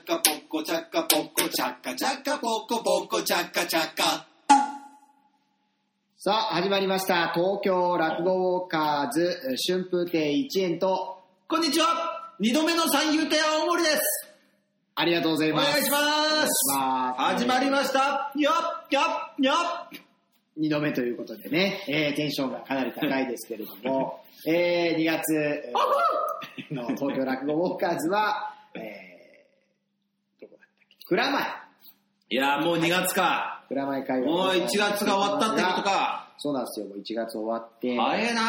チャカポコチャカチャカポコポコチャカチャカさあ、始まりました。東京落語ウォーカーズ春風亭一円と、こんにちは二度目の三遊亭青森ですありがとうございおま願いす。しますます始まりましたよっよっよっ二度目ということでね、えーテンションがかなり高いですけれども、えー、2月えーの東京落語ウォーカーズは、えー、どこだったっけ蔵前。いやーもう2月か蔵前会話もう1月が終わったってことかそうなんですよ。もう1月終わって、早えな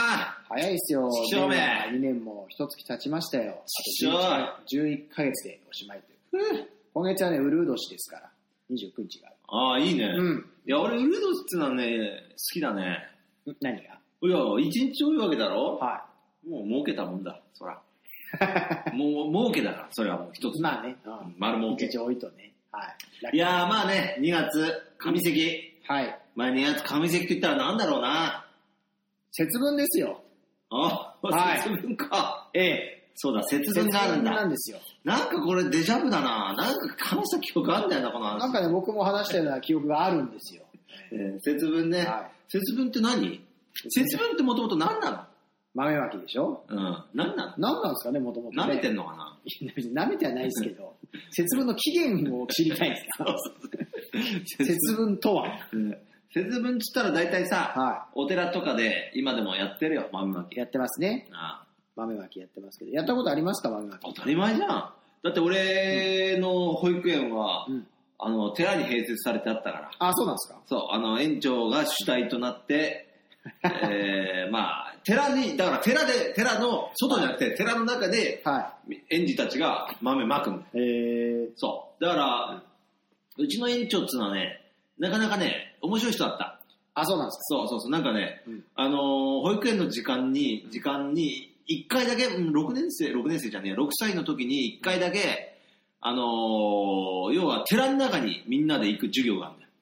早いっすよ。ちくしょうめ2年も一月経ちましたよ。ちくしょうあと11ヶ月でおしまいという。今月はね、うるう年ですから、29日がある。ああいいねうんいや俺ウルドスってのはね好きだね何がいや一日多いわけだろはもう儲けたもんだそ らもう儲けだからそれはもう一つい。まあね、うん丸儲け一日多いとね。はい。いやーまあね、2月、上関。はい。まあ2月、上関と言ったらなんだろうな。節分ですよ。あ、はい節分か。ええ。そうだ、節分があるんなだん。ですよ。なんかこれデジャブだな。なんか悲しさ記憶あんだよな、この話。なんかね、僕も話したような記憶があるんですよ。えー節分ね、は節分って何節分ってもともと何な豆まきでしょのうん。何な何なんですかね、もともと、のね。舐めてんのかな、舐めてはないですけど、節分の起源を知りたいですか 節分とはうん節分っつったら大体さ、はお寺とかで今でもやってるよ、豆まき。やってますね。ああ豆まきやってますけど。やったことありますか豆まき。当たり前じゃん。だって俺の保育園は、うん。あの、寺に併設されてあったから。あ、そうなんですかそう、あの、園長が主体となって、えー、まあ、寺に、だから寺で、寺の外じゃなくて、寺の中で、は園児たちが豆まくんだよ。い。えー、そう。だから、うちの園長っつうのはね、なかなかね、面白い人だった。あ、そうなんですそうそうそう、なんかね、うんあのー保育園の時間に、時間に、一回だけ、うん6年生、6年生じゃねえ、6歳の時に一回だけ、あのー要は寺の中にみんなで行く授業があるんだよ。か。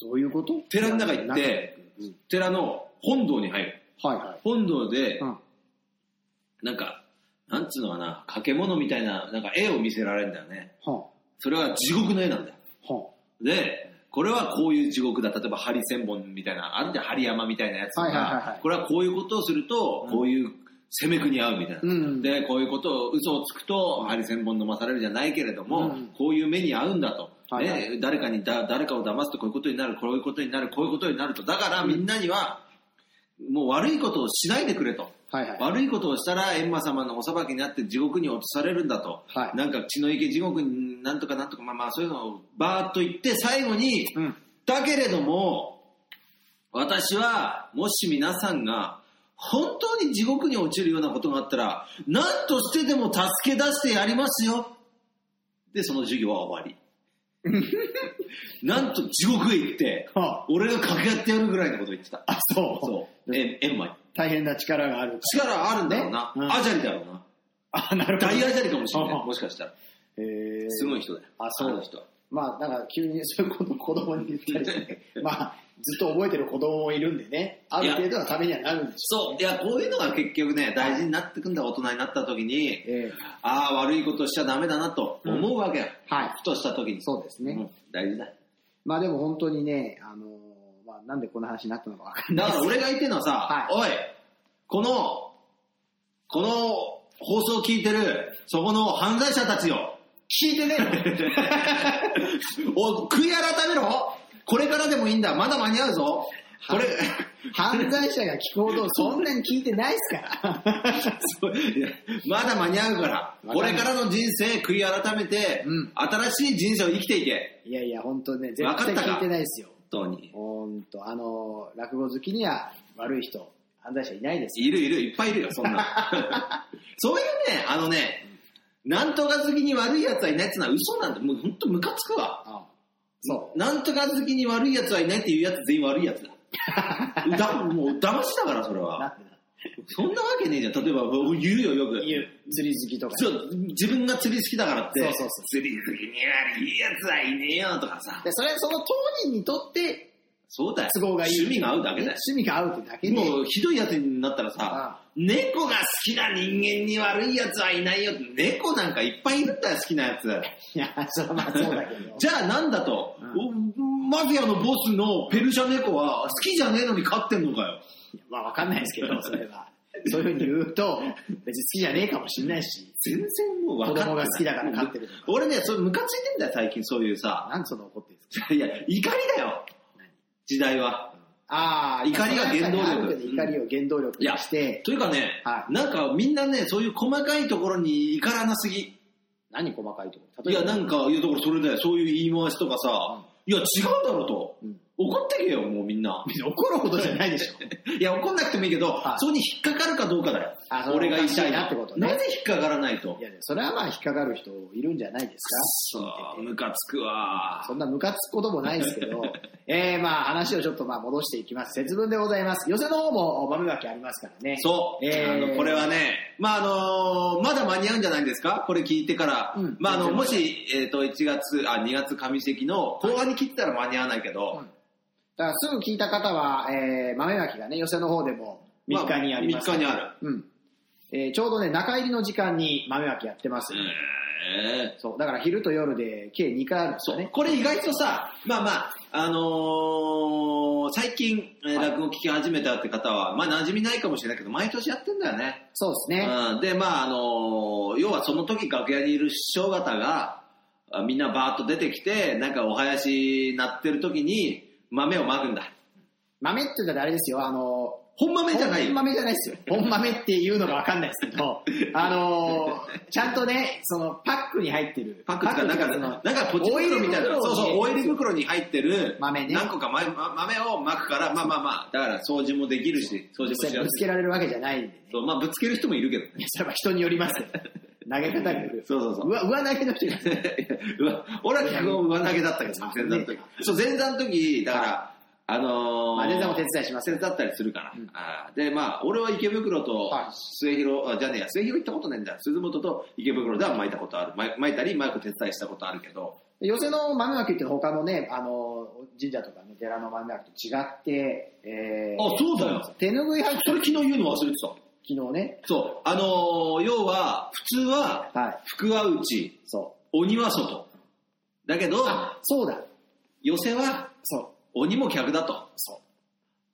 どういうこと寺の中行って、うん寺の本堂に入る。はいはい。本堂で、うん。なんか、なんつうのかな、掛け物みたいな、なんか絵を見せられるんだよね。はそれは地獄の絵なんだよ。あ、はで、これはこういう地獄だ。例えば、針千本みたいな、あるじゃん、針山みたいなやつとはいはいはいはかい、これはこういうことをするとう、んこういう攻めくに合うみたいうんうな。んで、こういうことを、嘘をつくと、針千本飲まされるじゃないけれどうんもうん、こういう目に合うんだと。はいはいね、誰かにだ、誰かを騙すとこういうことになる、こういうことになる、こういうことになると。だからみんなには、もう悪いことをしないでくれと。あ。はいはい。悪いことをしたら閻魔様のお裁きになって地獄に落とされるんだと、はいなんか血の池地獄になんとかなんとかまあまあそういうのをバーッと言って最後に、うん。だけれども私はもし皆さんが本当に地獄に落ちるようなことがあったら何としてでも助け出してやりますよでその授業は終わ りなんと地獄へ行ってはあ、俺が掛け合ってやるぐらいのことを言ってたあ、そう。そうえ閻魔に大変な力がある。力あるんだろうな。ねうんアジャリだろうな。あ、なるほど。大アジャリかもしれなあい。もしかしたら。えー、すごい人だよ。あそうの人は。まあ、なんか急にそういうことを子供に言ったりして、 まあ、ずっと覚えてる子供もいるんでね、ある程度のためにはなるん でしそう。いや、こういうのが結局ね、大事になってくんだ。大人になった時ょにう、ね。ええああ、悪いことしちゃダメだなと思うわけよ。はい。ふとした時に。そうですね。うん大 事だ。まあでも本当にね、あのーまあ、なんでこんな話になったのかわかんなだいでかす。ら俺が言ってるのはさ、おい、この、この放送を聞いてる、そこの犯罪者たちよ。聞いてねお悔い改めろこれからでもいいんだ。まだ間に合うぞ。こ れ、 犯罪者が聞くほどそんなに聞いてないっすから。いやまだ間に合うから、わかんないこれからの人生、悔い改めて、うん新しい人生を生きていけ。いやいや、本当ね、絶わかっ対たか聞いてないですよ。本当に。本当あのー落語好きには悪い人、犯罪者いないですよ。いるいる、いっぱいいるよ、そん な。そういうね、あのね、なんとか好きに悪い奴はいないってのは嘘なんだ。もう本当ムカつくわ。ああそなんとか好きに悪い奴はいないっていうやつ全員悪い奴 だ。だもう騙しだから、それう。なは。んでだそんなわけねえじゃん。例えば、僕言うよ、よく。釣り好きとか。そう、自分が釣り好きだからって、そうそうそう釣り好きに悪い奴はいねえよとかさ。でそれはその当人にとってそうだよ。都合がいい。趣味が合うだけだよ。趣味が合うってだけで。もうひどいやつになったらさ、あ猫が好きな人間に悪いやつはいないよ。猫なんかいっぱいいるんだよ、好きなやつ。いや、それはまあそうだけど。じゃあなんだと、おマフィアのボスのペルシャ猫は好きじゃねえのに飼ってんのかよ。まあわかんないですけど、それは。そういうふうに言うと、別に好きじゃねえかもしれないし。全然もう分かってない子供が好きだから飼ってるとか俺ね、それムカついてんだよ、最近そういうさ。 なんでそんな怒ってるんですかいや、怒りだよ。時代は。ああ、怒りが原動力ある程度怒りを原動力にして、というかね、はなんかみんなね、そういう細かいところに怒らなすぎ。何細かいところいや、なん、か、いや、だからそれだよ。そういう言い回しとかさ、いや、違うだろうと。うん怒ってけよ、もうみんな。別に怒るほどじゃないでしょ。いや、怒んなくてもいいけど、はいそこに引っかかるかどうかだよあそ。の俺が言いたいおかしいなってことねなぜ引っかからないとい。や、それはまあ引っかかる人いるんじゃないですか。そう、ムカつくわ。そんなムカつくこともないですけど、 えー、まあ話をちょっとまあ戻していきます。節分でございます。寄せの方も豆分けありますからね。そう、えーあのこれはね、まああのまだ間に合うんじゃないですか、これ聞いてから、うんまああの全然もし、えー、と1月あ2月上関の後半に切ったら間に合わないけど、うんだからすぐ聞いた方は、えー、豆分けがね、寄せの方でも3日にあります。まあ3日にある。うん。えーちょうどね、中入りの時間に豆分けやってます。えーそう。だから昼と夜で計2回あるんですそようね。これ意外とさ、まあまあ、あのー最近、えーはい落語聞き始めたって方は、まあ馴染みないかもしれないけど、毎年やってんだよね。そうですね。うん、で、まああのー要はその時楽屋にいる師匠方が、あみんなバーッと出てきて、なんかお囃子鳴ってる時に豆をまくんだ。豆って言ったらあれですよ、あの、本豆じゃない本よ。豆じゃないですよ。本豆っていうのがわかんないですけ ど、あのーちゃんとね、そのパックに入ってる。パックっていうか、なんか、そのなんかポチ袋みたいな。そうそう、オイル袋に入ってる、豆ね何個かまま豆をまくから、まあまあまあ、だから掃除もできるし、掃除もぶしやつすいけ。られるわけじゃないんでね。そう、まあぶつける人もいるけどね。 いやそれは人によりますよ。投げ方がよる。そうそうそうう。わ、上投げの人いますね。うわ俺は結構上投げだったけどね、前座の時。そう、前座の時、だから、あのー、まあ前座も手伝いします手伝ったりするから。うんあーで、まあ、俺は池袋とはい末広、あじゃねえや、末広行ったことないんだ。鈴本と池袋では巻いたことある。巻い巻いたり、マイク手伝いしたことあるけど。寄せの豆まきって他のね、あのー、神社とかね、寺の豆まきと違って、えーあそうだよ手拭い入ってそれ昨日言うの忘れてた。昨日ね、そう、あのー要は、普通は、はい、福は内、そう。鬼は外。だけど、あ、そうだ、寄せは、そう、鬼も客だと。そ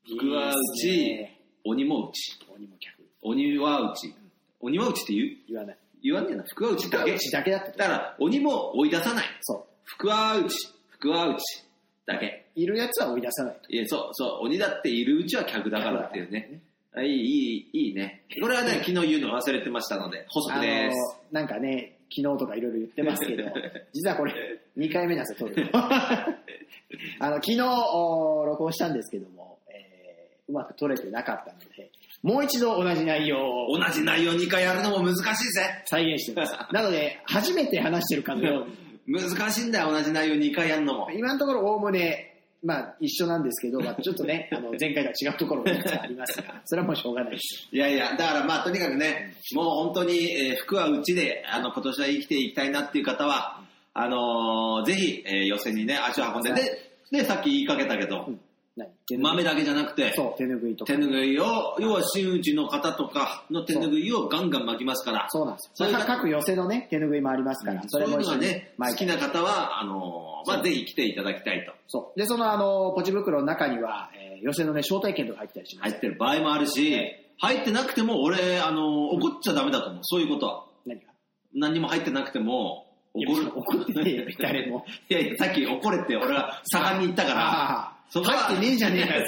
う。福は内、いいですね鬼も内。鬼も客、鬼は内。鬼は内って言う言わない。言わねえな。福は内だけ。うちだけだったとだから、鬼も追い出さない。そ福は内、福は内だけ。う。いるやつは追い出さないいやそうそう、鬼だっているうちは客だからっていうね。あいい、いい、いいね。これは ね、昨日言うの忘れてましたので、補と。足です。なんかね、昨日とかいろいろ言ってます けど、実はこれ、2回目なんですよ、撮るのあの、昨日、お録音したんですけども、えーうまく撮れてなかったので、もう一度同じ内容を同じ内容2回やるのも難しいぜ。再現してます。 なので、初めて話してるかのように、難しいんだよ、同じ内容2回やるのも。今のところ、おおむね、まあ、一緒なんですけど、まあ、ちょっとね、あの前回とは違うところもいくつかありますが、それはもうしょうがないですよ。いやいや、だからまあとにかくね、もう本当に、えー服はうちで、あの、今年は生きていきたいなっていう方は、あのーぜひ、えー予選にね、足を運んで、はいで、で、さっき言いかけたけど、うん何手拭い豆だけじゃなくて、そう、手拭いとか手。ぬぐいを、要は真打ちの方とかの手ぬぐいをガンガン巻きますから、そうなんですよ。そういうまあ各寄せのね、手拭いもありますから、そういうの一緒がにね、好巻いきてな方は、あのーまあぜひ来ていただきたいと。そう。で、そのあの、ポチ袋の中には、えー、寄せのね、招待券とか入ってたりしま入す。ってる場合もあるし、入ってなくても俺、あのー怒っちゃダメだと思う、そういうことは。何が何にも入ってなくても、怒いるや。怒ってねえよ誰も。 いやいや、さっき怒れって俺は盛んに言ったから、あそあ、こは入ってねえじゃねえかよ。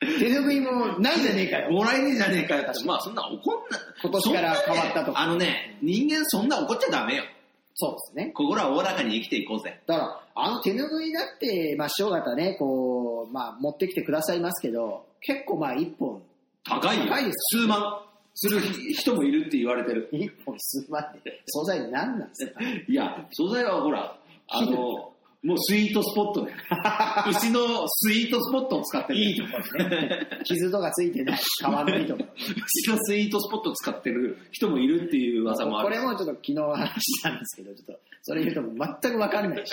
手拭いもないじゃねえかよ。もらえねえじゃねえかよって、まあそんな怒んな、今年からそんなね変わったとかあのね、人間そんな怒っちゃダメよ。そうですね。心はおおらかに生きていこうぜ。だから、あの手拭いだって、まあ、師匠方ね、こう、まあ、持ってきてくださいますけど、結構まあ、一本、高いよ。高いです数万する人もいるって言われてる。一本数万で、素材何なんです かいや、素材はほら、あの、もうスイートスポットね。牛のスイートスポットを使ってる。いいところね。傷とかついてない、皮のいいところ。牛のスイートスポットを使ってる人もいるっていう噂もある。これもちょっと昨日話したんですけど、ちょっとそれ言うともう全く分からないし、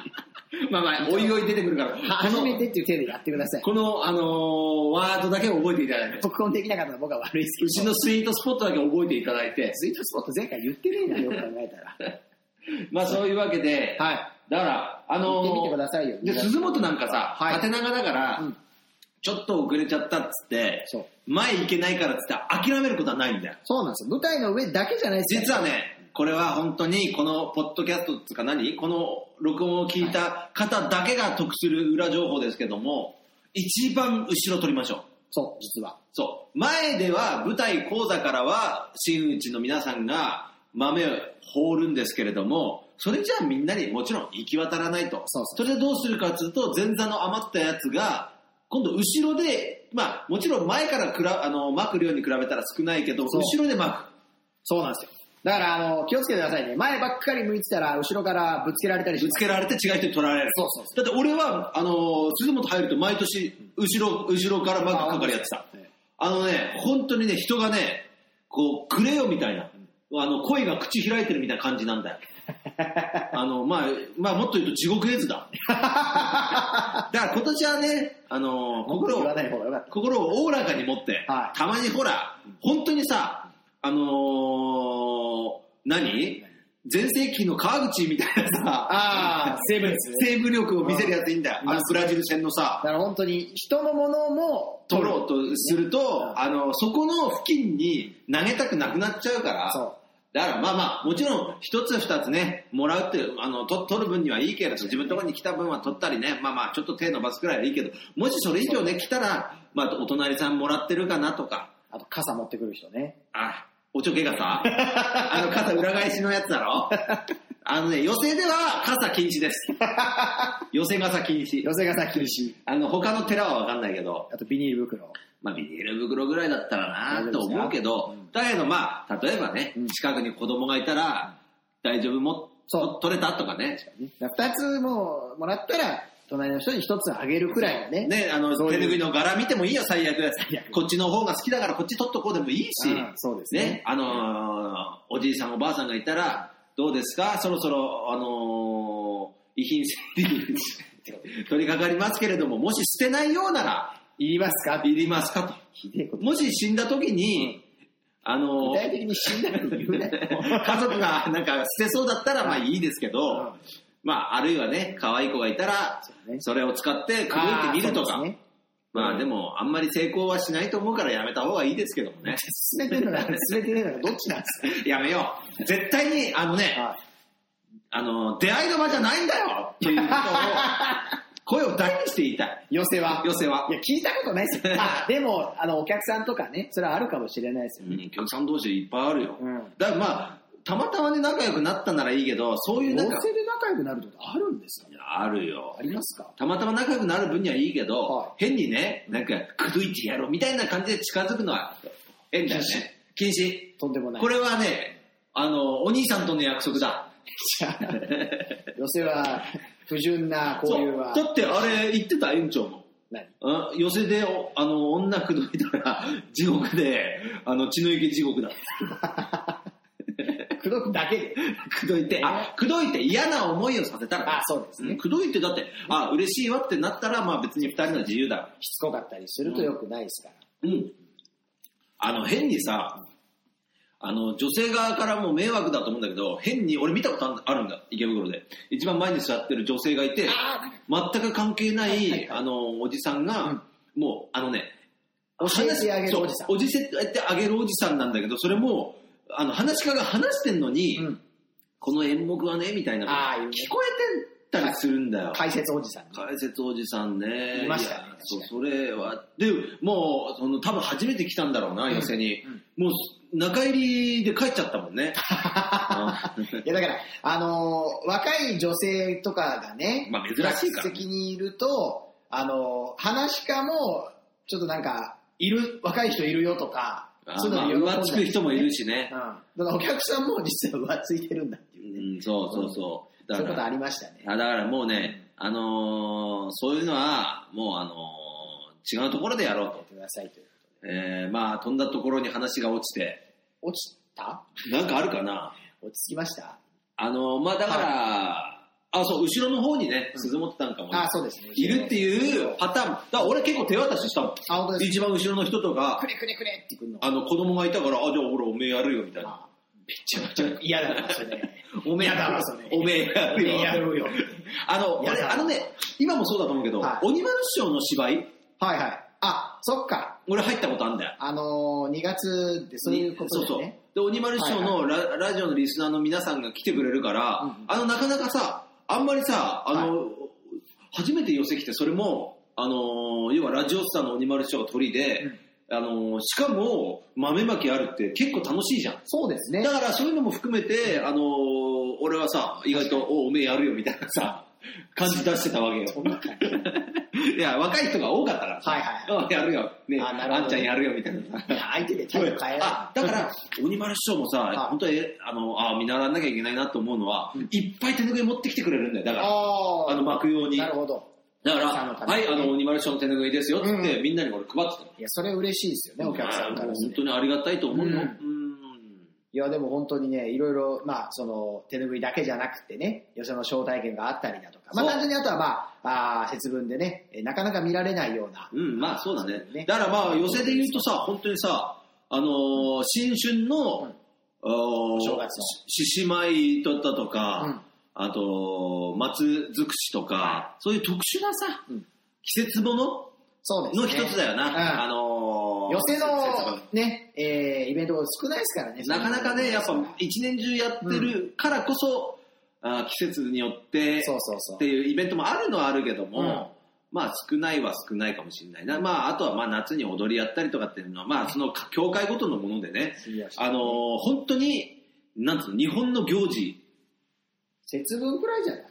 まあまあ、おいおい出てくるから、こ初めの、てっていう手でやってください。この、あのーワードだけ覚えていただいて、特訓できなかったのは僕は悪いですけうど。ちのスイートスポットだけ覚えていただいて、スイートスポット前回言ってねえな、よく考えたら。まあそういうわけで、 はい。だから、あの行ってみてくださいよで、鈴本なんかさ、はい縦長だから、うんちょっと遅れちゃったっつって、そう。前行けないからっつって諦めることはないんだよ。そうなんですよ。舞台の上だけじゃないです実はね、これは本当にこのポッドキャストっつうか何この録音を聞いた方だけが得する裏情報ですけども、一番後ろ取りましょう。そう、実は。そう。前では舞台講座からは真打ちの皆さんが豆を放るんですけれども、それじゃあみんなにもちろん行き渡らないと。そうそれでどうするかというと、前座の余ったやつが、今度後ろで、まあもちろん前からくらあの巻く量に比べたら少ないけど、そう後ろで巻そうなんですよ。だから、あの、気をつけてくださいね。前ばっかり向いてたら、後ろからぶつけられたりく。しぶまつす。けられて違う人に取られる。そうそうだって俺は、あの、鈴本入ると毎年、後ろ、後ろから巻く係やってた。そう。ねあのね、本当にね、人がね、こう、くれよみたいな、あの、恋が口開いてるみたいな感じなんだ よ。あの、まあ、まあ、もっと言うと地獄絵図 だ。だから今年はね、あの、心言をわ、ない方がよかっ心をおおらかに持って、はいたまにほら、本当にさ、あのー何全盛期の川口みたいなさ、あーセーブ率セーブ力を見せるやついいんだよ。うんあのブラジル戦のさた。、だから本当に、人のものも取ろうとするうんと、あの、そこの付近に投げたくなくなっちゃうから、そう。だからまあまあ、もちろん一つ二つね、もらうっていう、あの、と取る分にはいいけれど、自分のところに来た分は取ったりね、まあまあ、ちょっと手伸ばすくらいはいいけど、もしそれ以上ね、来たら、まあ、お隣さんもらってるかなとか、あと、傘持ってくる人ね。あ、おちょけ傘 あの、傘裏返しのやつだ ろあのね、予選では傘禁止です。予選傘禁止寄。せ傘厳しい。あの、他の寺はわかんないけど、あと、ビニール袋。まあ、ビニール袋ぐらいだったらなと思うけど大丈夫です、だけどまあ、例えばねうん、近くに子供がいたら、大丈夫も、そう取れたとかね。だから二つもうもらったら、隣の人に一つあげるくらいのね。ね、あの、そう手いうぬぐいの柄見てもいいよ、最悪最悪。こっちの方が好きだからこっち取っとこうでもいいし、うんそうですねね、あのー、おじいさんおばあさんがいたら、どうですかそろそろ、あのー、遺品整理 取り掛かりますけれども、もし捨てないようなら、いりますかいりますかと。ひでえこと。もし死んだ時に、あのー具体的に死んだら言うなよ。家族がなんか捨てそうだったらまあいいですけうんど、まああるいはね、可愛い子がいたらうね、それを使って口説いてみるとか、あーそうですねまあでもあんまり成功はしないと思うからやめた方がいいですけども ね。進めてるのか、進めてないのか、どっちなんです かやめよう。絶対にあのね、はいあの、出会いの場じゃないんだよっていうことを、声を大にして言いたい。寄せは。。寄せはいや、聞いたことないですよ。あ、でも、あの、お客さんとかね、それはあるかもしれないですうよね。ん、お客さん同士いっぱいあるよ。うんだからまあ、たまたまね仲良くなったならいいけど、そういう寄なせんか、で仲良くなることあるんですかねあるよあ。りますかたまたま仲良くなる分にはいいけど、はい変にね、なんか、くどいてやろうみたいな感じで近づくのは変だよね。禁止。とんでもない。 これはね、あの、お兄さんとの約束だ。じゃあ寄せは、不純な交流はそ。うだってあれ言ってた、園長も。何あ寄せで、おあの、女くどいたら、 地獄で、あの、血の池地獄だ。 口説くだけで。くどいて、あ、くどいて嫌な思いをさせたら。あそうですねんくどいて、だって、あ、嬉しいわってなったら、まあ別に二人の自由だ。しつこかったりすると良くないですから。うん。あの、変にさ、あの、女性側からも迷惑だと思うんだけど、変に、俺見たことあるんだ、池袋で。一番前に座ってる女性がいて、全く関係ない、はいはいはあの、おじさんが、もう、あのね、教えてあげるおじさんそうおじせてあげるおじさんなんだけど、それも、あの、話し家が話してんのに、うんこの演目はね、みたいな、あー言うね聞こえてたりするんだよ。解説おじさん。解説おじさんね。いましたねいや確かそうに、それは。で、もう、その、多分初めて来たんだろうな、寄せに。もう、中入りで帰っちゃったもん ね。うんいやだから、あのー若い女性とかがね、まあ珍しいから客席にいると、あのー話し家も、ちょっとなんか、いる、若い人いるよとか、あーまあ、浮つだくり人もいるしねうん。。だからお客さんも実は浮ついてるんだっていううね。ん、そうそうそう。そういうかことあら、りましたね。あだからもうね、あのーそういうのは、もうあのー違うところでやろうやとっ。てくださいということでえー、まあ、飛んだところに話が落ちて、落ちたなんかあるかな落ち着きましたあの、まあだから、あ、そう、後ろの方にね、鈴本短歌もねあ、そうですね。いるっていうパターン。だから俺結構手渡ししたもん。あ、本当です一番後ろの人とかく、ねくねくねってくんの。あの子供がいたから、あ、じゃあ俺おめえやるよみたいな。あめちゃくちゃ嫌だな、それ。 おめえやだなそれおめえやるよ。やろうよ。あの、や俺だなあのね、今もそうだと思うけど、はい鬼丸師匠の芝居、はいはい。あ、そっか。俺入ったことあんだよ。あのー、2月でそういうことですね。そうそう。で、鬼丸師匠のラ,、ラジオのリスナーの皆さんが来てくれるから、うんうんあの、なかなかさ、あんまりさ、あの、初めて寄せ来て、それも、あの、要はラジオスターの鬼丸師匠が鳥で、あの、しかも豆まきあるって結構楽しいじゃん。そうですねだ。からそういうのも含めて、あの、俺はさ、意外と、おおめえやるよみたいな さ、感じ出してたわけそよ。んな感じ。はいいや、若い人が多かったからさ、はいはい。あやるよ、ね、ああなるほどんちゃんやるよみたいなさ。 相手で態度変えあなだから、鬼丸師匠もさ、い本当にあのあ見習わなきゃいけないなと思うのは、うんいっぱい手拭い持ってきてくれるんだよ、だい。から、ああの巻くようーに。だなるかほど。ら、さんのためはにい、あの鬼丸師匠の手拭いですよっつって、うんみんなにこれ配っていや、それ嬉しいですよたね、よお客さんまかあらす本ると当にありがたいと思うよ。ううんんいや、でも本当にね、いろいろ、まあ、その、手拭いだけじゃなくてね、よその招待券があったりだとか、まあ、そう単純にあとはまあ、あー節分でね、えなかなか見られないような、うん、まあそうだそうだねね。だからまあ、寄席で言うとさ、本当にさ、あのー新春うんの、あのー正月のし獅子舞だったとか、うんあと、松尽くしとか、そういう特殊なさ、うん季節ものそうですのね。一つだよな。うんあのー寄せ節の分ね、えーイベント少ないですからね。なかなかね、やっぱそう一年中やってるからこそ、あー季節によってそうっそうそうて。いうイベントもあるのはあるけども、うんまあ少ないは少ないかもしれないな。まああとはまあ夏に踊りやったりとかっていうのは、まあその教会ごとのものでね、あのー本当に、なんつうの、日本の行事、節分くらいじゃない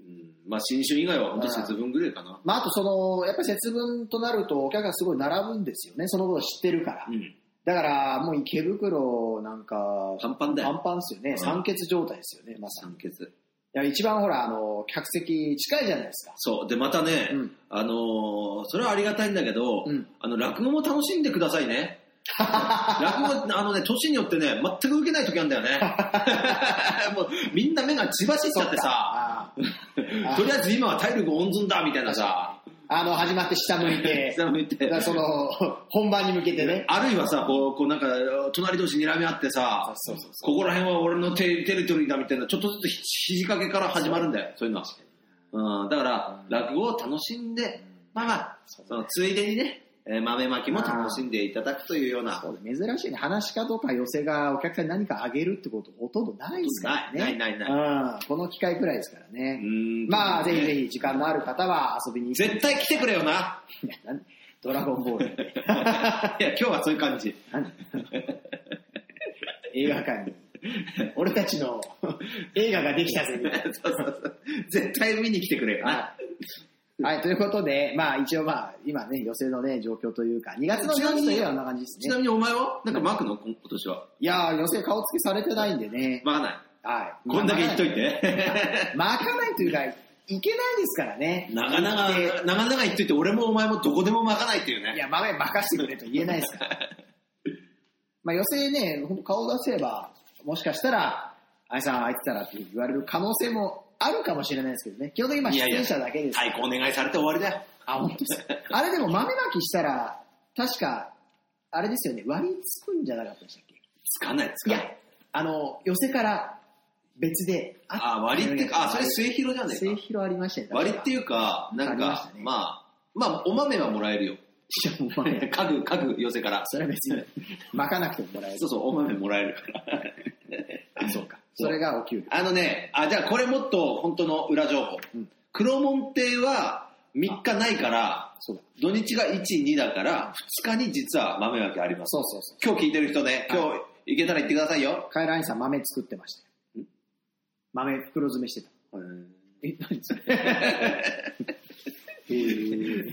うんまあ新春以外は本当節分ぐらいかな。まあ、あとその、やっぱり節分となるとお客がすごい並ぶんですよね。そのことを知ってるから。うん。だから、もう池袋なんか、パンパンだパンよ。パンですよね。ん酸欠状態ですよね、まさに。酸欠。いや、一番ほら、あの、客席近いじゃないですか。そう。で、またね、うんあのーそれはありがたいんだけど、うんあの、落語も楽しんでくださいね。 落語、あのね、年によってね、全く受けない時あるんだよね。 もう、みんな目が血走っちゃってさ、あーあとりあえず今は体力温存だ、みたいなさ、あの、始まって下向い て、下向いてだからその、本番に向けてね。あるいはさ、こう、こうなんか、隣同士睨み合ってさ、そうそうそここら辺は俺のテテリトリーだみたいな、ちょっとずつひ肘掛けから始まるんだよ、そういうのは。うん、だから、落語を楽しんで、まあまあ、そのついでにね、えー豆まきも楽しんでいただくというような。そうだ珍しいね。話し家とか寄せがお客さんに何かあげるってことほとんどないですかならい、ね。ない、ない、ない。うん。この機会くらいですからうね。んまあ、ぜひぜひ時間のある方は遊びに行って絶対来てくれよ な。なんドラゴンボール。いや、今日はそういう感じ。何 映画館に。俺たちの映画ができたぜ、みたいなそうそうそう絶対見に来てくれよな。はい、ということで、まあ一応まあ、今ね、予選のね、状況というか、2月のち時なみ期にといえばこんな感じですちなみね。にお前はなんか巻くのこ今年は。いやー、予選顔つきされてないんでね。巻かない。はい。こんだけ言っといて。て。巻かないというか、いけないですからね。長々で、長々言っといて、俺もお前もどこでも巻かないっていういね。や、まあ、任せてくれと言えないです から。まあ予選ね、ほんと顔出せば、もしかしたら、あいさんあいつたらって言われる可能性もあるかもしれないですけどね。基本的にまあい出やいや演者だけですから太鼓お願いされて終わりだよ。あ、本当ですか。あれでも豆まきしたら、確か、あれですよね、割りつくんじゃなかったでしたっけつかない、ついかやない。、あの、寄せから別で、あ、割りってか、あ、それ末広じゃね末え広ありましたね。か。割りってう。いうか、なんありましかた、ねまあ、まあ、お豆はもらえるよ。いや、もうまあ家具、家具寄せから。それは別 に、巻かなくてももらえるそう。そう、お豆もらえるから。 あそうか。それがお給料。あのね、あ、じゃあこれもっと本当の裏情報うん。黒門亭は3日ないから、そうだ。土日が1、2だから、2日に実は豆まきあります。そうそうそう。今日聞いてる人ね、今日行けたら行ってくださいよ。カエラアインさん豆作ってましたよ。豆袋詰めしてた。え、何それ。え ー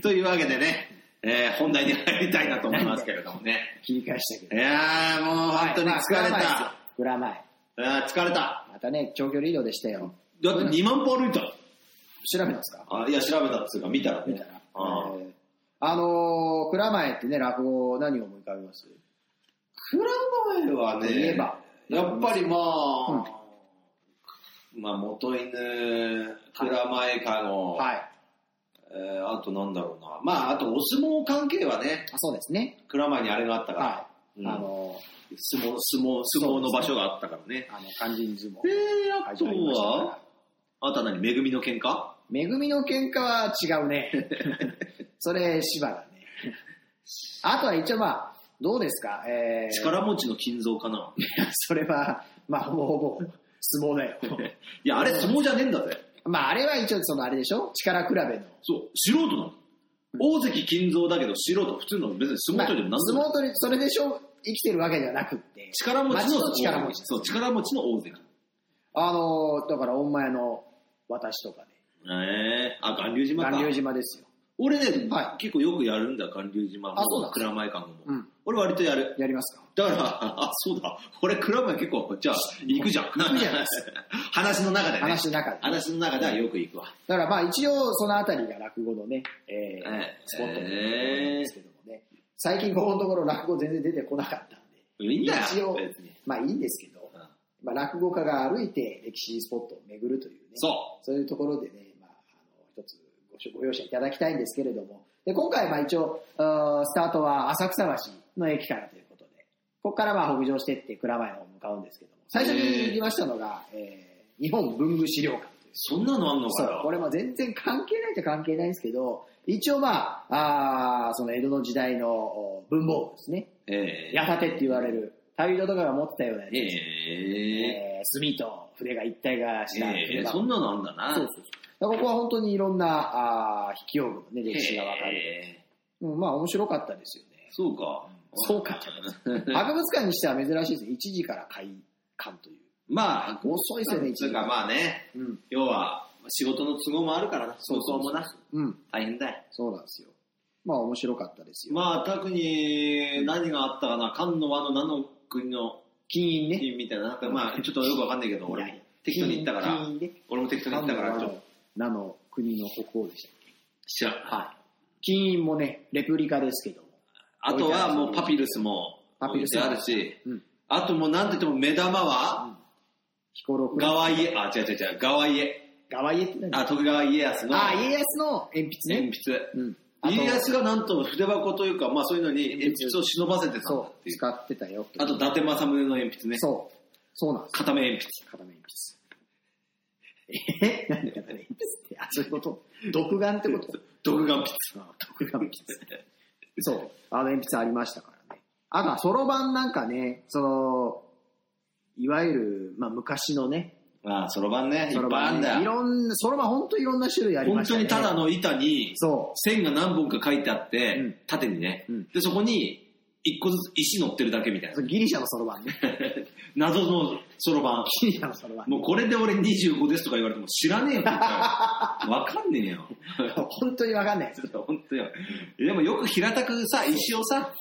というわけでね、えー本題に入りたいなと思いますけれどもね。切り返したいけど。やー、もう本当に疲れた。グラマイ。あー疲れた。またね、長距離移動でしたよ。だって2万歩歩いたの。調べたんですかあいや、調べたっつうか、見たら見ね。たら。あーえーあのー、蔵前ってね、落語何を思い浮かべます蔵前はね、言えばやっぱりまあ、うんまあ、元犬、蔵前かの、はい。えーあとなんだろうな。まあ、あとお相撲関係はね、あそうですね。蔵前にあれがあったから、はうい。んあの、相撲、相撲、相撲の場所があったからね。あの、肝心相撲。えー、あと始まりましたからは、あとは何、めぐみの喧嘩恵みの喧嘩は違 うね。それ、芝だね。あとは一応まあ、どうですかえー、力持ちの金蔵かな。 それは、まあ、ほぼほぼ、相撲だよ。いや、あれ相撲じゃねえんだぜ。まあ、あれは一応、その、あれでしょ力比べの。そう、素人なの。大関金蔵だけど素人、普通の別に相撲取りでも何でまあも。相撲取り、それでしょ生きてるわけじゃなくって。力持ちまあの力持ち。そう、力持ちの大関。あのー、だから、お前の私とかで。ええあ、巌流島か。巌流島ですよ。俺ね、は結構よくやるんだ、巌流島あそうなも、ん蔵前館も。うん俺割とやる。やりますかだから、あ、そうだ。俺、蔵前結構、じゃあ、行くじゃん。行くじゃないで 話の中でね。話の中で。だ話の中ではよく行くわ。から、まあ、一応、そのあたりが落語のね、えーええスポットになってるんですけどもね。最近、ここのところ落語全然出てこなかったんで。いいんだよ。一応別に。まあ、いいんですけどう、んまあ、落語家が歩いて歴史スポットを巡るというね。そそういうところでね、まあ、あの一つごしご容赦いただきたいんですけれども、で今回、まあ一応、あースタートは浅草橋の駅からということで、ここからまあ北上してって蔵前の方に向かうんですけども、最初に行きましたのが、えー日本文具資料館というう。。そんなのあんのかそうよ。これも全然関係ないっちゃ関係ないんですけど、一応まあ、あーその江戸の時代のお文房具ですね。ええ矢立てって言われる、旅人とかが持ってたようなやつえですね。ええー墨と筆が一体化したええ筆箱そんなのあんだな。そうそうそうここは本当にいろんな、あー筆記用具のね、歴史がわかる。ええうん、まあ面白かったですよね。そうか。そうか。博物館にしては珍しいですね。1時から開館という。まあ、遅いですよね、1つう時か間。まあね、うん。要は、仕事の都合もあるからな、仕そう事そうそもうな、うん。大変だよ。そうなんですよ。まあ面白かったですよ。まあ、特に何があったかな、菅の和の名の国の金印ね。金みたいな、なんかまあ、ちょっとよくわかんないけど、俺も適当に言ったから金、印ね。俺も適当に言ったから、ちょっとなの国の国王でしたっ知らん。け。はい。金印もね、レプリカですけども。あとはもうパピルスもパピルス置いてあるし、うんあともうなんといっても目玉は、ヒコロク。ガワイエ、あ、違う違う違う、ガワイエ、ガワイエって何あ、徳川家康のあ、家康の鉛筆ね。鉛筆。うん。家康がなんと筆箱というか、まあそういうのに鉛筆を忍ばせてたんだそってう、いう。使ってたよ。あと、伊達政宗の鉛筆ね。そう。そうなんですよ。片目鉛筆。片面鉛筆。え何片面鉛筆って、あ、そういうこと独眼って こと独眼筆。あ独眼鉛筆。そう。あの鉛筆ありましたからね。あとは、そろばんなんかね、その、いわゆる、まあ、昔のね、まあ、そろばんね、いそっろぱいあばんんだねいよ。ろんな、そろばん本当いろんな種類ありま本した当ね。にただの板に、そ線が何本か書いてあって、うん縦にね、うん。で、そこに、一個ずつ石乗ってるだけみたいうな そ。うギリシャのそろばんね。 謎のそろばん。ギリシャのそろばん。もうこれで俺25ですとか言われても知らねえよって言ったら、わかんねえよ。本当にわかんないです。本当よ。でもよく平たくさ、石をさ、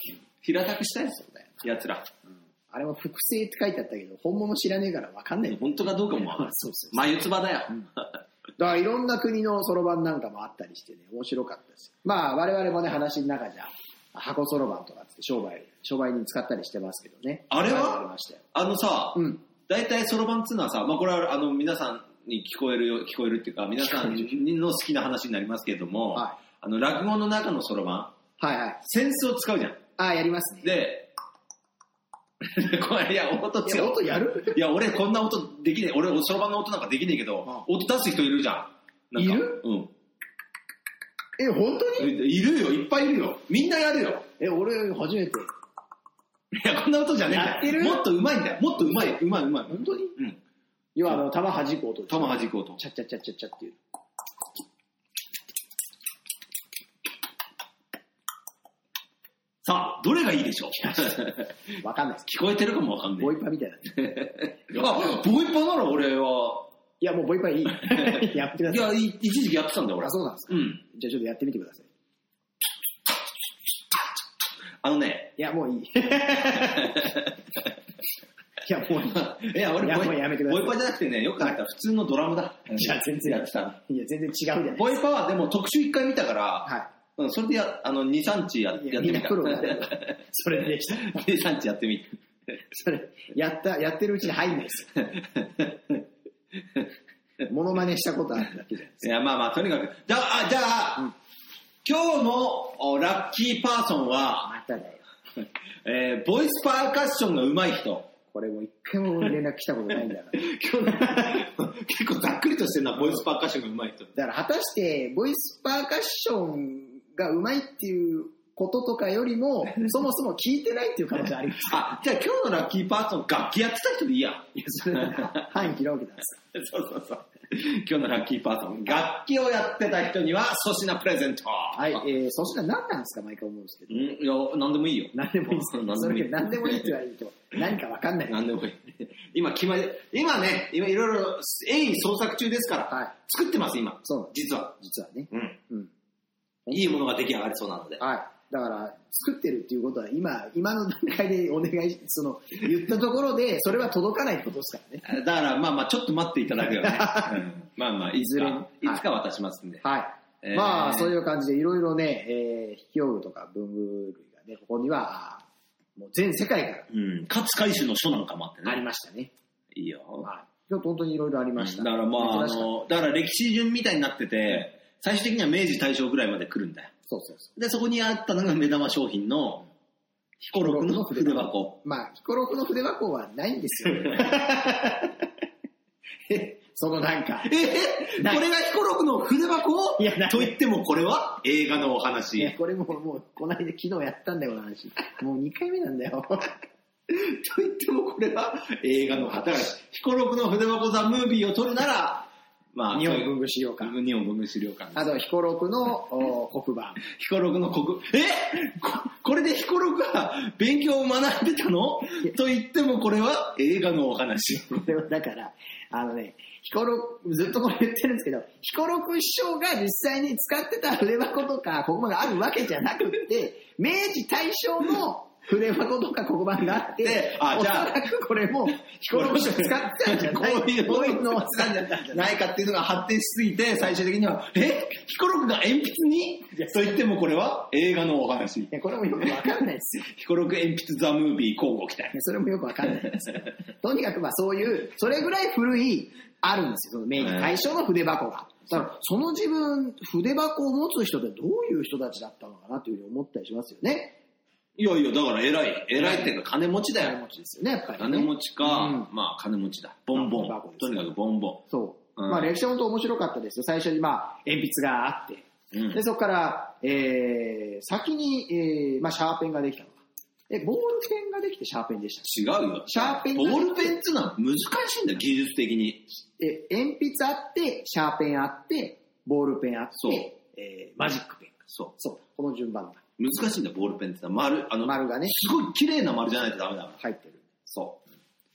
平たくしたやそうだよつ、やつら。うんあれも複製って書いてあったけど、本物知らねえからわかんないよ。本当かどうかもわかんない。 そうそうそう眉唾だよ。だからいろんな国のそろばんなんかもあったりしてね、面白かったです。まあ我々もね、話の中じゃ、箱そろばんとかって商売、商売に使ったりしてますけどね。あれは前もありましたよ。あのさ、うん。大体そろばんっつうのはさ、まあ、これはあの皆さんに聞こえるよ、聞こえるっていうか、皆さんの好きな話になりますけども、はあの落語の中のそろばん、い。はいはい。扇子を使うじゃん。ああ、やりますね。で、 これ、いや、音い違やう。音やるいや、俺こんな音できねえ。俺、そろばんの音なんかできねえけど、音出す人いるじゃん。なんかいるうん。え、本当にいるよ、いっぱいいるよ。みんなやるよ。え、俺初めて。いや、こんな音じゃねえんだよ。やってるもっと上手いんだよ。もっと上手い、上手い、上手い。本当にうん。要はあの、玉弾く音です弾弾く音。チャッチャッチャッチャッチャっていう。さあ、どれがいいでしょう わかんないです。聞こえてるかもわかんないボ。イパみたいな。いあ、ボイパなら俺は。や、もうボイパいい。やってくだいさい。や、い一時期やってたんだよ、俺あ、。そうなんですか。うん。じゃあちょっとやってみてください。あのね、 いや、もういい。いや、もういいい。や、俺いやボイもうやめてくださいボイパじゃなくてね、よく考えたら普通のドラムだ。じゃあ全然やってた。 いや、全然違うじゃない。ボイパはでも特集一回見たから、はうん、それでや、あの、2、3地ややっい。いてや、みんみなた。プロだね。 それでした。 2、3地やってみた。それ、やった、やってるうちに入んないですよ。モノマネしたことあるだけじゃないで すいや、まあまあ、とにかく。だ、あ、じゃあ、うん今日のおラッキーパーソンか。は、まただよ。えーボイスパーカッションが上手い人。これもう一回も連絡来たことないんだから。今日の結構ざっくりとしてるな、ボイスパーカッションが上手い人。だから果たしてボイスパーカッションがうまいっていうこととかよりもそもそも聞いてないっていう可能性あります あ、じゃあ今日のラッキーパーソン、楽器やってた人でいいや。いやそれは範囲広げたんですそうそうそう。今日のラッキーパーソン、楽器をやってた人には粗品プレゼント。ははい、えー、そしたら何なんですか毎回思うんですけどんいや、なんでもいいよ。何でもいいですうん何そでもいいれ何でもいいって言われても何か分かんないなんでもいい。今決まり、今ね、今いろいろ鋭意創作中ですから、はい作ってます、今。そうなんです実は。実はねうん。うんいいものが出来上がりそうなので。はいだから作ってるっていうことは今今の段階でお願いしその言ったところでそれは届かないってことですからねだからまあまあちょっと待っていただく よね。うんまあまあいつずれにか、いつか渡しますんで。はい。えーまあ、そういう感じで、いろいろね、えー、筆記用具とか文具類がね、ここには、あーもう全世界からうん。勝海舟の書なんかもあってね。ありましたね。いいよ。はい。ちょっと本当にいろいろありました。だからまあ、あ珍しかったの、だから歴史順みたいになってて、最終的には明治大正ぐらいまで来るんだよ。そうそうそで、そこにあったのが目玉商品の、ヒコう。ロクの筆箱。う。まあ、ヒコロクの筆箱はないん ですよ。 そのなんかえ、へないこれがヒコロクの筆箱いやないと言ってもこれは映画のおい話。や、これもう、もう、この間昨日やったんだよ、この話。もう2回目なんだよ。と言ってもこれは映画のお話。ヒコロクの筆箱ザ・ムービーを撮るなら、まあ、日本文具具資料館。日本文具資料館あと、ヒコロクのお黒板。ヒコロクの国、えここれでヒコロクが勉強を学んでたのと言ってもこれは映画のお話。これはだから、あのね、ヒコロ、ずっとこれ言ってるんですけど、ヒコロク師匠が実際に使ってた筆箱とか黒板があるわけじゃなくって、明治大正の筆箱とか黒板があってで、あおじそゃあらくこれもヒコロク師匠使ってたんじゃないこういうこういうののをを使ってたんじゃないないかっていうのが発展しすぎて、最終的には、えヒコロクが鉛筆にと言ってもこれは映画のお話。いやこれもよくわかんないですよ。ヒコロク鉛筆ザ・ムービー交互期待。 それもよくわかんないですよ。とにかくまあそういう、それぐらい古い、あるんですよ。その明治大正の筆箱が。だからその自分、筆箱を持つ人ってどういう人たちだったのかなというふうに思ったりしますよね。いやいや、だから偉い。偉いっていうか金持ちだ金よ持。ちですよね、やっぱり、ね。金持ちか、うんまあ金持ちだ。ボンボまあ箱でン。すとにかくボンボそう。うんまあ歴史は本当面白かったですよ。最初にまあ鉛筆があって、ン。うんで、そこから、えー、先に、えー、まあシャーペンができたのか。え、ボールペンができてシャーペンでしたっ違うよ。シャーペンボールペンっていうのは難しいんだよ、技術的に。けえ、鉛筆あって、シャーペンあって、ボールペンあっそうて、えー、マジックペン。そそう。この順番がう。難しいんだよ、ボールペンってのは丸、あの、丸がねすごい綺麗な丸じゃないとダメだから。入ってる。そう。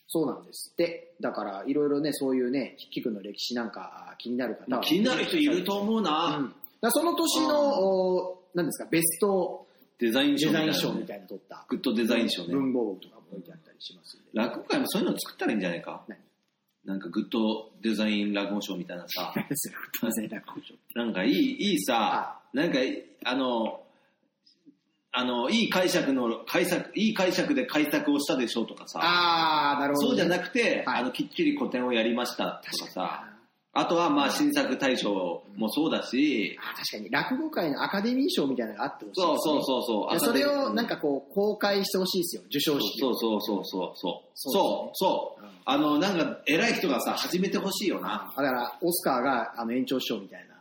そうなんですって。だから、いろいろね、そういうね、筆記具の歴史なんかあー気になる方は。気になる人いると思ううん。な、だからその年あーの、おー何ですか、ベストデザインデ賞ザなイねン賞みたいなの取った。グッドデザイン賞ね。文房具とかも置いてあったりしますんで。 落語界もそういうの作ったらいいんじゃないか何なんかグッドデザイン落語賞みたいな さ、それ当然な工場。なんかいい、いいさは、なんかい、あの、あの、いい解釈の、解釈、いい解釈で改作をしたでしょうとかさ、あー、なるほど、そうじゃなくくて、はいあの、きっちり古典をやりましたとか確さか、に。あとはまあ新作大賞もそうだし、あー確かに、落語界のアカデミー賞みたいなのがあってほしいですね、そうそうそうそう。いやそれをなんか、かこう、公開してほしいですよ、授賞式。そうそうそうそうそう。そうですねそうそううんあの、なんか偉い人がさ、始めてほしいよな。だから、オスカーがあの延長賞みたいな。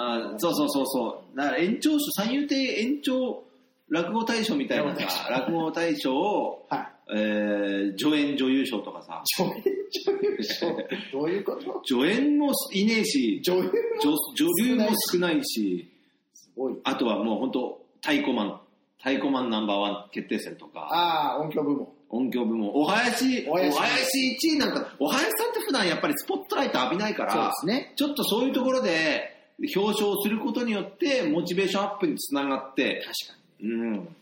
あそうそうそうそう。だから延長賞、三遊亭延長落語大賞みたいな さ、落語大賞を、 はい。えー、助演女優賞とかさ、女優賞どういうこと助演もいねえし、女優も女女流も少ないし、すごい。あとはもう本当太鼓マン、太鼓マンナンバーワン決定戦とか。ああ、音響部門。音響部門。お囃子、おお囃囃子子1位なんか、お囃子さんって普段やっぱりスポットライト浴びないかそうでら、すね。ちょっとそういうところで表彰をすることによって、モチベーションアップにつながって、確かに。うん、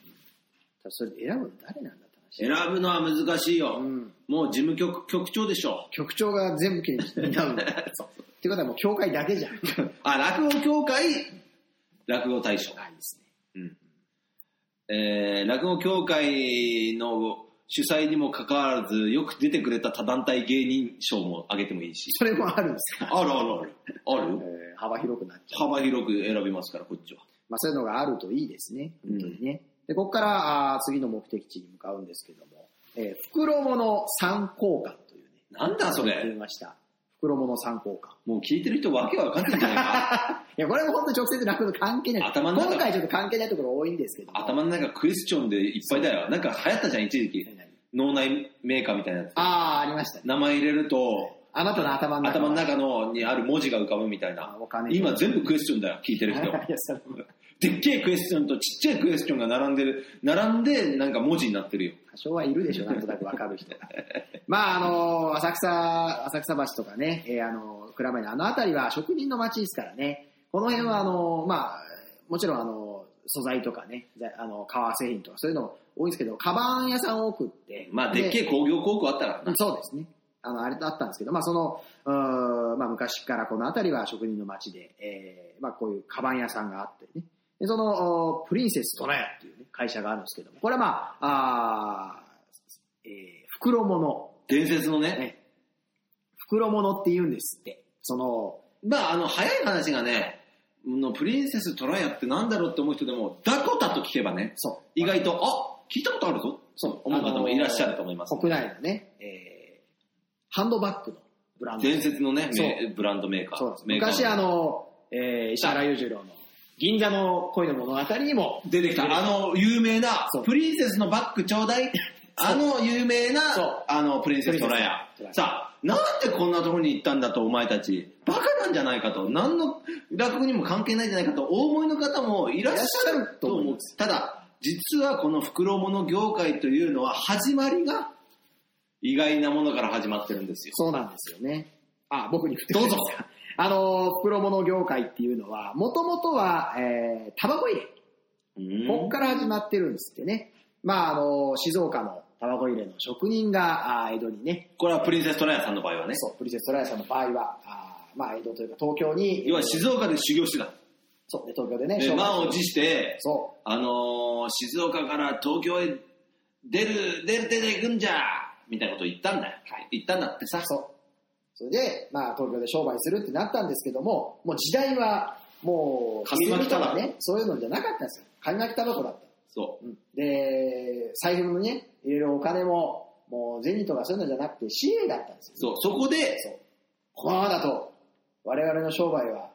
ただそれ選ぶの誰なんだって話。選ぶのは難しいよ。うんもう事務局局長でしょ。局長が全部気にしてみた んだ。ってことはもう協会だけじゃん。あ、いいあ、落語協会、落語大賞。ですね。えー、落語協会の主催にもかかわらず、よく出てくれた他団体芸人賞もあげてもいいし。それもあるんですか、あるあるある。あるえよ。ー幅広くなっちゃう。幅広く選びますから、こっちは。まあ、そういうのがあるといいですね、本当にね。で、ここからあー次の目的地に向かうんですけども、えー、袋物参考館というね。なんだそれやってみました。袋物参考館。もう聞いてる人わけわかんないんじゃない かいや、これも本当直接落語と関係ない。頭の中今回ちょっと関係ないところ多いんですけども。頭の中クエスチョンでいっぱいだよ。なんか流行ったじゃん、一時期。脳内メーカーみたいなやつ。ああー、ありましたね。名前入れると、あなたの頭の中。 頭の中のにある文字が浮かぶみたいなあわかんな。い今全部クエスチョンだよ、聞いてる 人。いやそれもでっけえクエスチョンとちっちゃいクエスチョンが並んでる、並んでなんか文字になってるよ。多少はいるでしょ、なんとなくわかる人が。まあ、あの、浅草、浅草橋とかね、えーあの、蔵前のあの辺りは職人の街ですからね、この辺はあの、まあ、もちろんあの、素材とかね、ざあの、革製品とかそういうの多いんですけど、カバン屋さん多くって。まあ、でっけえ工業高校あったらう。なんそうですね。あの、あれだったんですけど、まあ、その、うーまあ、昔からこの辺りは職人の町で、えーまあ、こういうカバン屋さんがあってね。で、その、おプリンセストナヤっていうね、会社があるんですけども、これはまあ、あーえー、袋物、伝説のね。ね。袋物って言うんですって。その、まあ、あの、早い話がね、のプリンセストライアってなんだろうって思う人でも、ダコタと聞けばね、そう。意外と、あ聞いたことあるぞそう思う方もいらっしゃると思います。国内のね、えーハンドバッグのブランド。伝説のね、そうメーブランドメーカー。そうです。メーカー昔あの、えー石原裕次郎の銀座の恋の物語にも出てきた、あの、有名なそう、プリンセスのバッグちょうだい。あの、有名なそう、あの、プリンセストラヤプリン。セストラさあ、なんでこんなところに行ったんだと、お前たち。バカなんじゃないかと。何の落語にも関係ないんじゃないかと、お思いの方もいらっしゃいらっしゃるるとと思い思うま。すただ、実はこの袋物業界というのは、始まりが、意外なものから始まってるんですよ。そうなんですよね。あ、僕に振ってどうぞくれますか。 あの、袋物業界っていうのは、もともとは、えー、タバコ入れ。ここから始まってるんですってね。まあ、あの、静岡のタバコ入れの職人が、あー江戸にね、これはプリンセストラヤさんの場合はね。そう、プリセストライさんの場合は、あーまあ、江戸というか東京に、要は静岡で修行してた。そう、で東京でね、で満を持して、そあのー静岡から東京へ出る、出る、出て行くんじゃみたいなことを言ったんだよ。言ったんだってさう、。そう。それで、まあ、東京で商売するってなったんですけども、もう時代は、もう、紙巻きタバコ薬とかね、そういうのじゃなかったんですよ。紙巻きタバコだった。そうんで、財布のね、入れるお金も、もう銭とかそういうのじゃなくて、紙幣だったんですよう。。そう、そこで、そうこのままだと、我々の商売は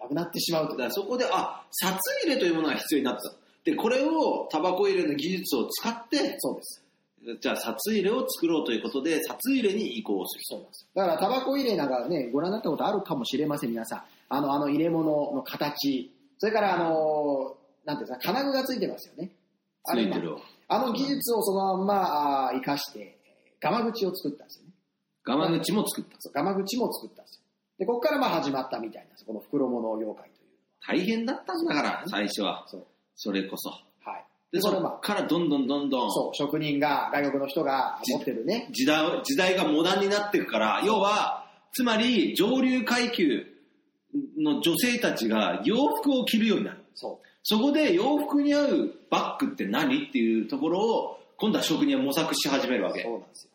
なくなってしまうだと。からそこで、あ、札入れというものが必要になってた。で、これを、タバコ入れの技術を使って、そうです。じゃあ札入れを作ろうということで、札入れに移行する。そうなんですよだから、タバコ入れなんかね、ご覧になったことあるかもしれません、皆さん。あの、あの入れ物の形。それから、あの、なんていうんですか、金具がついてますよね。あつれいてるわ。あの技術をそのまんまあー活かして、ガマ口を作ったんですよね。ガマ口も作った。そうガマ口も作ったんですよ。で、ここからまあ始まったみたいなんですこの袋物業界という。大変だったんだから、最初は。そう。それこそ。はい。で、で、そそれれかまらどんどんどんどあ、ん、そう、職人が、外国の人が持ってるね。時代時代がモダンになっていくから要はつまり上流階級の女性たちが洋服を着るようになるそう。そこで洋服に合うバッグって何っていうところを今度は職人は模索し始めるわけそうなんですよ。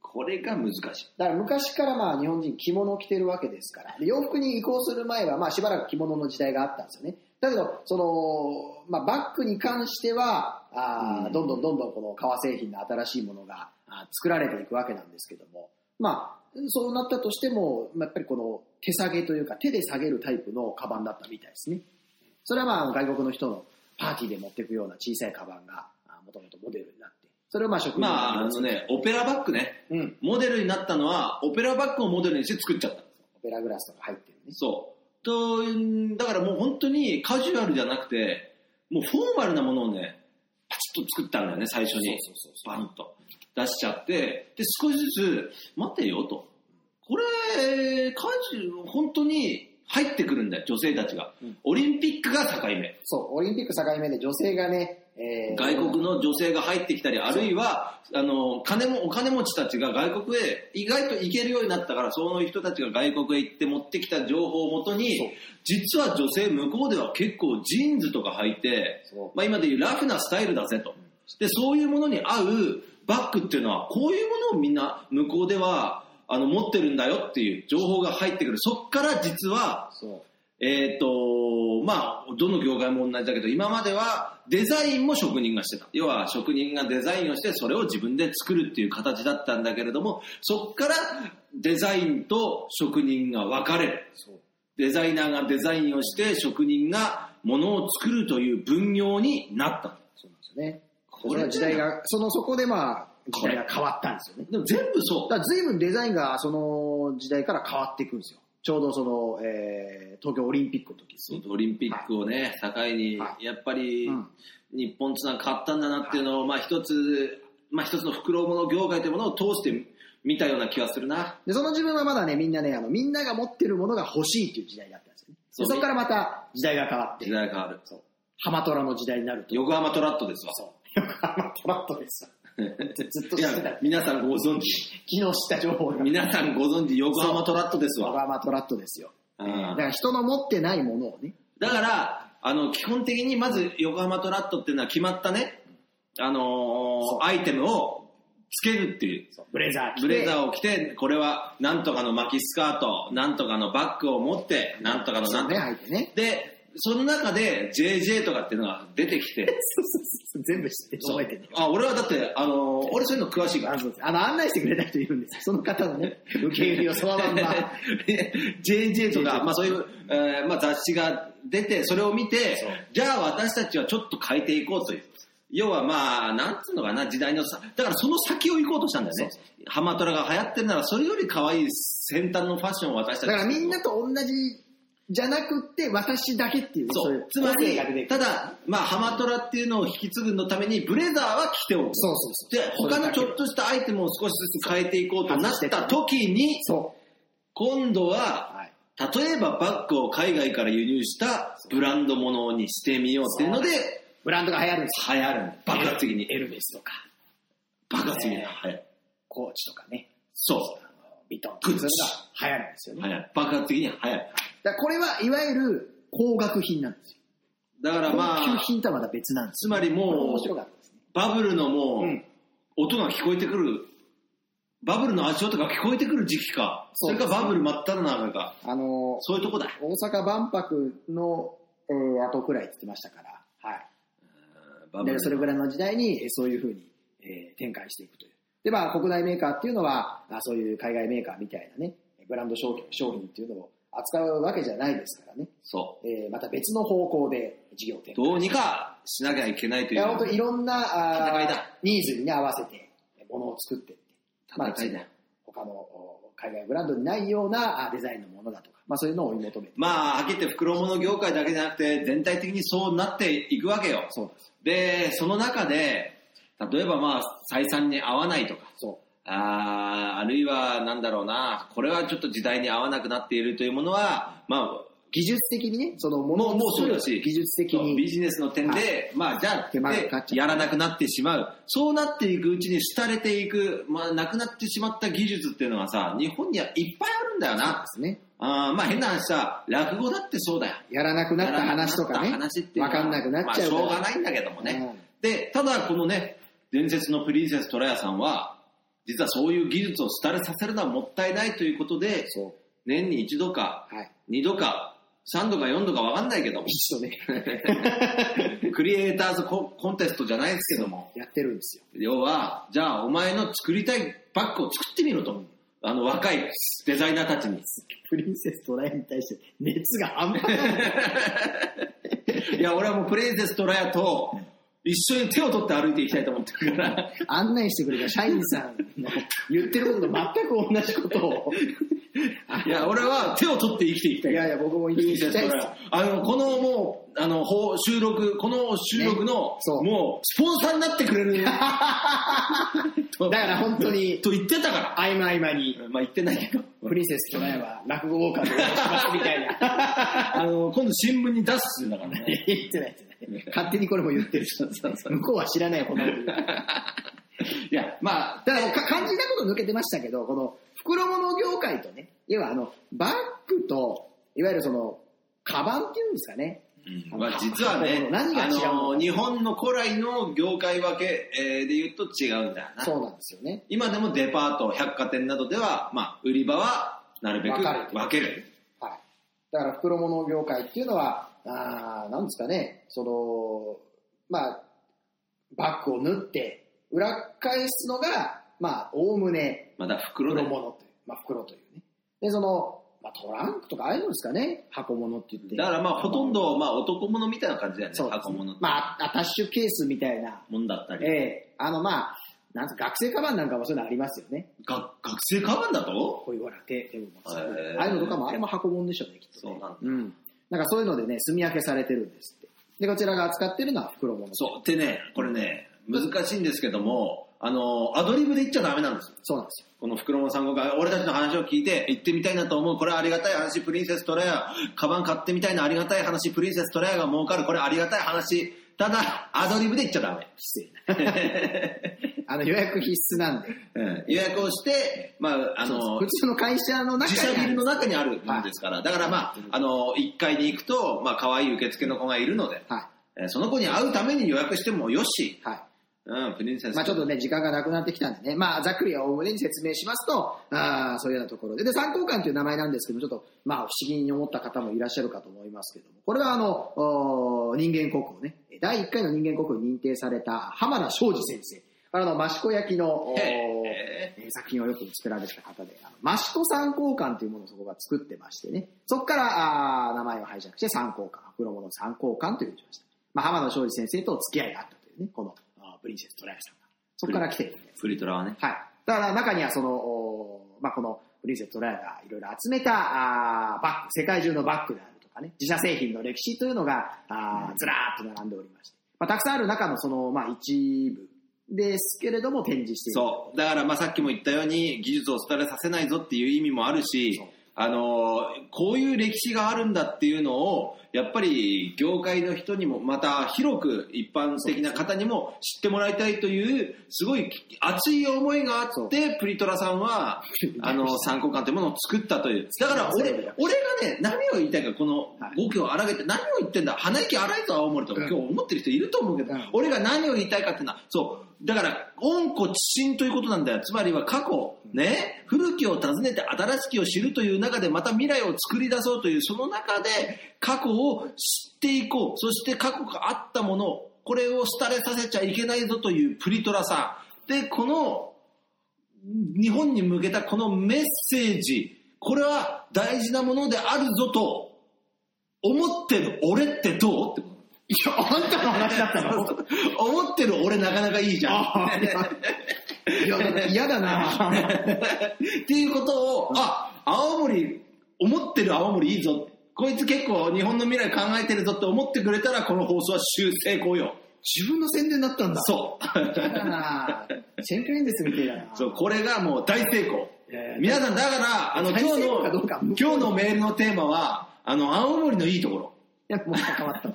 これが難しいだから昔からまあ日本人着物を着てるわけですから。で洋服に移行する前はまあしばらく着物の時代があったんですよね。だけど、その、まあバッグに関しては、あーうんどんどんどんどんこの革製品の新しいものがあー作られていくわけなんですけども。まあ、そうなったとしても、まあやっぱりこの手下げというか手で下げるタイプのカバンだったみたいですね。それはまあ外国の人のパーティーで持っていくような小さいカバンがもともとモデルになって、それをまあ職人まああのねオペラバッグねうん、モデルになったのはオペラバッグをモデルにして作っちゃったオペラグラスとか入ってるね。そうとうんだからもう本当にカジュアルじゃなくてもうフォーマルなものをねパチッと作ったんだよね最初にそうそうそうそうバンと出しちゃって、で、少しずつ、待てよと。これ、カジュ本当に入ってくるんだよ、女性たちが。うんオリンピックが境目。そう、オリンピック境目で女性がね、えー外国の女性が入ってきたり、あるいは、あの、金も、お金持ちたちが外国へ意外と行けるようになったから、その人たちが外国へ行って持ってきた情報をもとそうに、実は女性向こうでは結構ジーンズとか履いて、そうまあ、今でいうラフなスタイルだぜと。で、そういうものに合うババッグっていうのは、こういうものをみんな向こうでは、あの、持ってるんだよっていう情報が入ってくる。そっから実は、そえっ、と、まあ、どの業界も同じだけど、今まではデザインも職人がしてた。要は職人がデザインをして、それを自分で作るっていう形だったんだけれども、そっからデザインと職人が分かれる。う。そう。デザイナーがデザインをして、職人が物を作るという分業になった。そうなんですよね。ここれれ時代が、その、そこでまあ、時代が変わったんですよね。でも全部そう。だから随分デザインがその時代から変わっていくんですよ。ちょうどその、えー東京オリンピックの時ですね。オリンピックをね、境には、やっぱりうん日本ツナ買ったんだなっていうのを、まあ一つ、まあ一つの袋物業界というものを通して見たような気がするな。で、その自分はまだね、みんなね、あの、みんなが持ってるものが欲しいっていう時代だったんですよね。そうでそこからまた時代が変わって時、代が変わる。そう。ハマトラの時代になると。横浜トラットですわ。そう。 よくハマトラットです。ずっとい知やってた。昨、皆さんご存知、日知った情報が。皆さんご存知、横浜トラットです横わ。浜トラットですよ。うだんから人の持ってないものをね。だから、あの、基本的にまず横浜トラットっていうのは決まったね、あのそうーアイテムをつけるっていう。ブレザー着て。ブレザーを着て、これはなんとかの巻きスカート、なんとかのバッグを持って、なんとかのそなんうとね、か。履いてね。で、その中で JJ とかっていうのが出てきて、 全部知って覚えてる。あ、俺はだって、あの、俺そういうの詳しいからあ。そうですあの案内してくれた人いるんですよその方の ね、受け入れをそのまん ま。 JJ とか、まあそういう、えーまあ雑誌が出て、それを見てそう、じゃあ私たちはちょっと変えていこうという。要はまあ、なんつうのかな、時代のさ、だからその先を行こうとしたんだよね。ハマトラが流行ってるなら、それより可愛い先端のファッションを私ただちからみんなと同じじゃなくって、私だけっていう。そ。いうつま個性りが出て、くたるだ、まあ、ハマトラっていうのを引き継ぐのために、ブレザーは着ておく。そうそうそう。で、他のちょっと。としたアイテムを少しずつ変えていこうとなった時に、そ今度う。は、はい。例えばバッグを海外から輸入したブランドものにしてみようっていうので、ブランドが流行るんです流行るの。爆発的に。エルメスとか、爆発的に。ねはい。コーチとかね、そビトングッチそういうのが流行るんですよう。ね。流行る。爆発的に流行る。だからこれはいわゆる高額品なんですよ。だからま高級あ、品とはまた別なんですつまりよ。これもも面白う、かったですね。バブルのもうんう、音が聞こえてくる、バブルの足音が聞こえてくる時期か、そそうれですかバブル真っ只中か、あのそういうとこだ。大阪万博の、えー後くらいって言ってましたから、はい。バブでルそれぐらいの時代にえーそういうふうに、えー展開していくという。で、まあ、国内メーカーっていうのは、あそういう海外メーカーみたいなね、ブランド商品商品っていうのを扱うわけじゃないですからね、そえーまた別の方向で事業展う。開。どうにかしなきゃいけないといいう。や、本当いろんな、戦いあーだニーズにね、合わせて、ものを作っていって、まあ戦いだよ。他のお海外ブランドにないようなあデザインのものだとか、まあ、そういうのを追い求めて。まあ、はっきり言って袋物業界だけじゃなくて、全体的にそうなっていくわけよ。そうなんですよ。で、その中で、例えばまあ、採算に合わないとか、そう。あーあるいはなんだろうな、これはちょっと時代に合わなくなっているというものは、まあ、技術的にね、そのものもう、もうをそ作うるだし、技術的そうにビジネスの点はで、まあ、じゃあ、手間がかかっちゃうでやらなくなってしまう。そうなっていくうちに廃れていく、まあ、なくなってしまった技術っていうのはさ、日本にはいっぱいあるんだよなで。すね。あーまあ、変な話さ、落語だってそうだよ。やらなくなった話とかね、やらなくなった話っていうのわはかんなくなっちゃうまあ、しょうかがら。ないんだけどもね。うんで、ただ、このね、伝説のプリンセストラヤさんは、実はそういう技術を廃れさせるのはもったいないということで、そ年に一度か、う。はい。二度か、三度か四度かわかんないけども、一緒ね、 クリエイターズココンテストじゃないですけども、やってるんですよ。要は、じゃあお前の作りたいバッグを作ってみろと。あの若いデザイナーたちに。プリンセストライアに対して熱が半端ない。いや、俺はもうプレイセストラヤと一緒に手を取って歩いていきたいと思ってるから。案内してくれた社員さんの言ってることと全く同じことを。いや、俺は手を取って生きていきたい。いやいや、僕もプ行リンきセスたいトでラすヤ。あの、このもう、あの、ほう収録、この収録のね、そうもう、スポンサーになってくれ る。だだから本当にと言ってたか合間合間に、ら。まあ言ってないけど。プリンセストライアは落語ウォーカーでお願いしますみたい な。あの、今度新聞に出すんだから ね。言ってない言ってない。勝手にこれも言ってる。向こうは知らないほど。いや、まあ、だからもうか肝心なこと抜けてましたけど、この袋物業界とね、要はあのバッグと、いわゆるその、カバンっていうんですかね、うんまあ、実はね、何が違うのかあの日本の古来の業界分け、えーで言うと違うんだよな。そうなんですよね。今でもデパート、百貨店などでは、まあ、売り場はなるべく分かれてる分ける。はい。だから袋物業界っていうのは、あーなんですかね、その、まあ、バッグを縫って、裏返すのが、まあ、おおむねまだ袋で袋。物という、まあ、袋というね。で、その、まあ、トランクとかああいうのですかね、箱物って言って。だからまあ、ほとんど、まあ、男物みたいな感じだよね、そうですね箱物って。まあ、アタッシュケースみたいな、もんだったえり。えあの、まあ、なんすか学生カバンなんかもそういうのありますよね。が学生カバンだとこういうほら、手、手を持つ。へえああいうのとかも、あれも箱物でしょうね、きっとね、そうなんだうん。なんかそういうのでね、住み分けされてるんですって。で、こちらが扱ってるのは袋物。う。そう。でね、これね、難しいんですけども、あの、アドリブで言っちゃダメなんですよ。そうなんですよ。この袋物さんごが俺たちの話を聞いて行ってみたいなと思う。これありがたい話、プリンセストレア。カバン買ってみたいなありがたい話、プリンセストレアが儲かる。これありがたい話。ただ、アドリブで言っちゃダメ。 失礼な。あの、予約必須なんで。うん予約をして、まあ、あの、普通の会社の中自に社ビルの中にあるもんですから。だからまあ、あの、1階に行くと、まあ、可愛い受付の子がいるので、はえーその子に会うために予約してもよし、い。はい。うん、プリンセス。まあちょっとね、時間がなくなってきたんでね、まあざっくりおおむねに説明しますと、あーそういうようなところで、で、参考官という名前なんですけども、ちょっと、まあ不思議に思った方もいらっしゃるかと思いますけども、これはあの、おー人間国宝ね、第1回の人間国宝に認定された浜田庄司先生、あの、益子焼の、おーへええー作品をよく作られてた方で、あの益子参考官というものをそこが作ってましてね、そこからあー名前を拝借して参考官、黒物参考官というふうにしました。まあ、浜田庄司先生とお付き合いがあったというね、このあープリンセストライアさんが。そこから来てるんです。プリトラはね。はい。だから中にはその、おーまあ、このプリンセストライアがいろいろ集めたあーバッグ、世界中のバッグであるとかね、自社製品の歴史というのがあーずらーっと並んでおりまして、まあ、たくさんある中のその、まあ、一部ですけれども展示している。そう。だからまあさっきも言ったように、技術を廃れさせないぞっていう意味もあるしそう、あのー、こういう歴史があるんだっていうのを、やっぱり業界の人にも、また広く一般的な方にも知ってもらいたいという、すごい熱い思いがあそって、プリトラさんは、あ の、参考官というものを作ったという。だから俺そうです、俺がね、何を言いたいか、このはい語気を荒げて、何を言ってんだ、鼻息荒いぞ、青森と、うん今日思ってる人いると思うけどうん、俺が何を言いたいかっていうのは、そう、だから、恩子知心ということなんだよ。つまりは過去、ね、古きを訪ねて新しきを知るという中で、また未来を作り出そうという、その中で、過去を知っていこう。そして過去があったもの、これを廃れさせちゃいけないぞというプリトラさん。で、この、日本に向けたこのメッセージ、これは大事なものであるぞと思ってる俺ってどうってこと。いや、あんたの話だったの 思ってる俺なかなかいいじゃん。あいやいや嫌だな。っていうことを、あ、青森、思ってる青森いいぞ。こいつ結構日本の未来考えてるぞって思ってくれたらこの放送は修正功よ。自分の宣伝だったんだ。そう。嫌だな。選挙演説みたいだな。そう、これがもう大成功いやいや。皆さん、だから、あの、今大成日功かどのうか、今日のメールのテーマは、あの、青森のいいところ。 いや、もう関わったわ。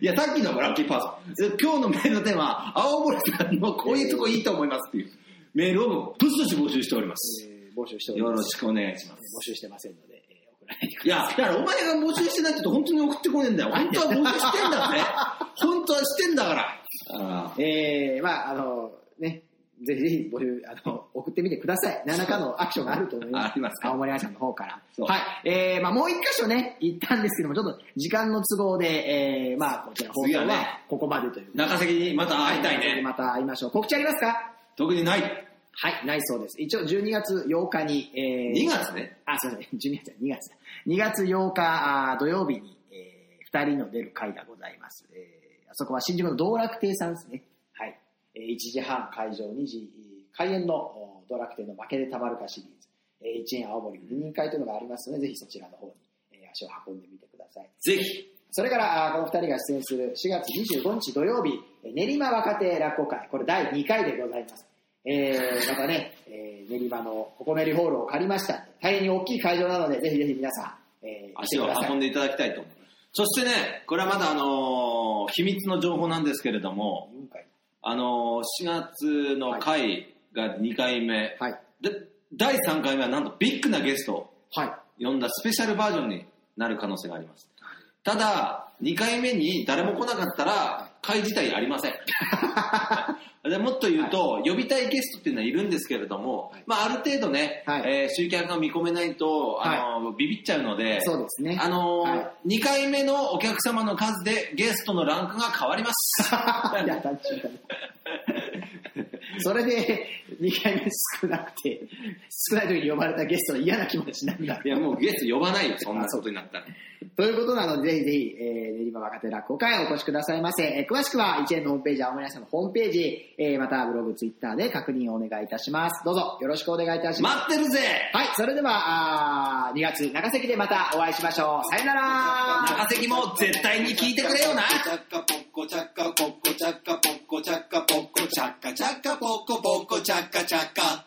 いや、さっきのラッキーパーソン。今日のメールのテーマは、青森さんのこういうとこいいと思いますっていうメールをどしどし募集しております。えー募集しておりよまろしす。くお願いします。募集してませんので、えー送らないでくいや、だからお前が募集してないって言うと本当に送ってこねえんだよ。本当は募集してんだぜ。本当はしてんだから。あださい。えー、まああの、ね、ぜひぜひ募集、あの、送ってみてください。何らかのアクションがあると思います。ありますか青森愛さんの方から。そうはい。えー、まあもう一箇所ね、行ったんですけども、ちょっと時間の都合で、えー、まあこちら放次送はねはここまでということで。中崎にまた会いたいね。また会いましょう。告知ありますか特にない。はい、ないそうです。一応12月8日に、え2月ね。あ、すいま せん、12月だ、2月だ。2月8日あー土曜日に、えー、2人の出る会がございます。えー、あそこは新宿の道楽亭さんですね。はい。えー、1時半会場、2時えー開演のお道楽亭の負けでたまるかシリーズ。えー、1円青森二人会というのがありますので、ぜひそちらの方に、えー、足を運んでみてください。ぜひ。それから、あーこの二人が出演する4月25日土曜日、えー練馬若手落語会、これ第2回でございます。えー、またね、えー練馬のココメリホールを借りましたんで。大変に大きい会場なので、ぜひぜひ皆さん、えー、来て足くをださい運んでいただきたいと思う。そしてね、これはまだあのー秘密の情報なんですけれども、うんかいあのー4月の回が2回目。はい。で第3回目はなんとビッグなゲストをはい。呼んだスペシャルバージョンになる可能性がありますただ、2回目に誰も来なかったら、会自体ありま せん。でもっと言うと、呼びたいゲストっていうのはいるんですけれども、はいまあ、ある程度ね、はいえー集客が見込めないと、あのビビっちゃうので、そうですね。あのーは2回目のお客様の数でゲストのランクが変わります。いや、単純だねそれで2回目少なくて、少ない時に呼ばれたゲストの嫌な気持ちになんだいや、もうゲスト呼ばないよ、そんなことになったら。 ということなので、ぜひぜひ、えー練馬若手落語会へお越しくださいませ。えー詳しくは、一円のホームページ、青森屋さんのホームページ、えーまたブログ、ツイッターで確認をお願いいたします。どうぞよろしくお願いいたします。待ってるぜはい、それでは、あ2月中関でまたお会いしましょう。さよなら中関も絶対に聞いてくれよなチャッカポッコチャッカポッコチャッカポッコチャッカポッコチャッカチャッカポッコポッコチャッカチャッカ。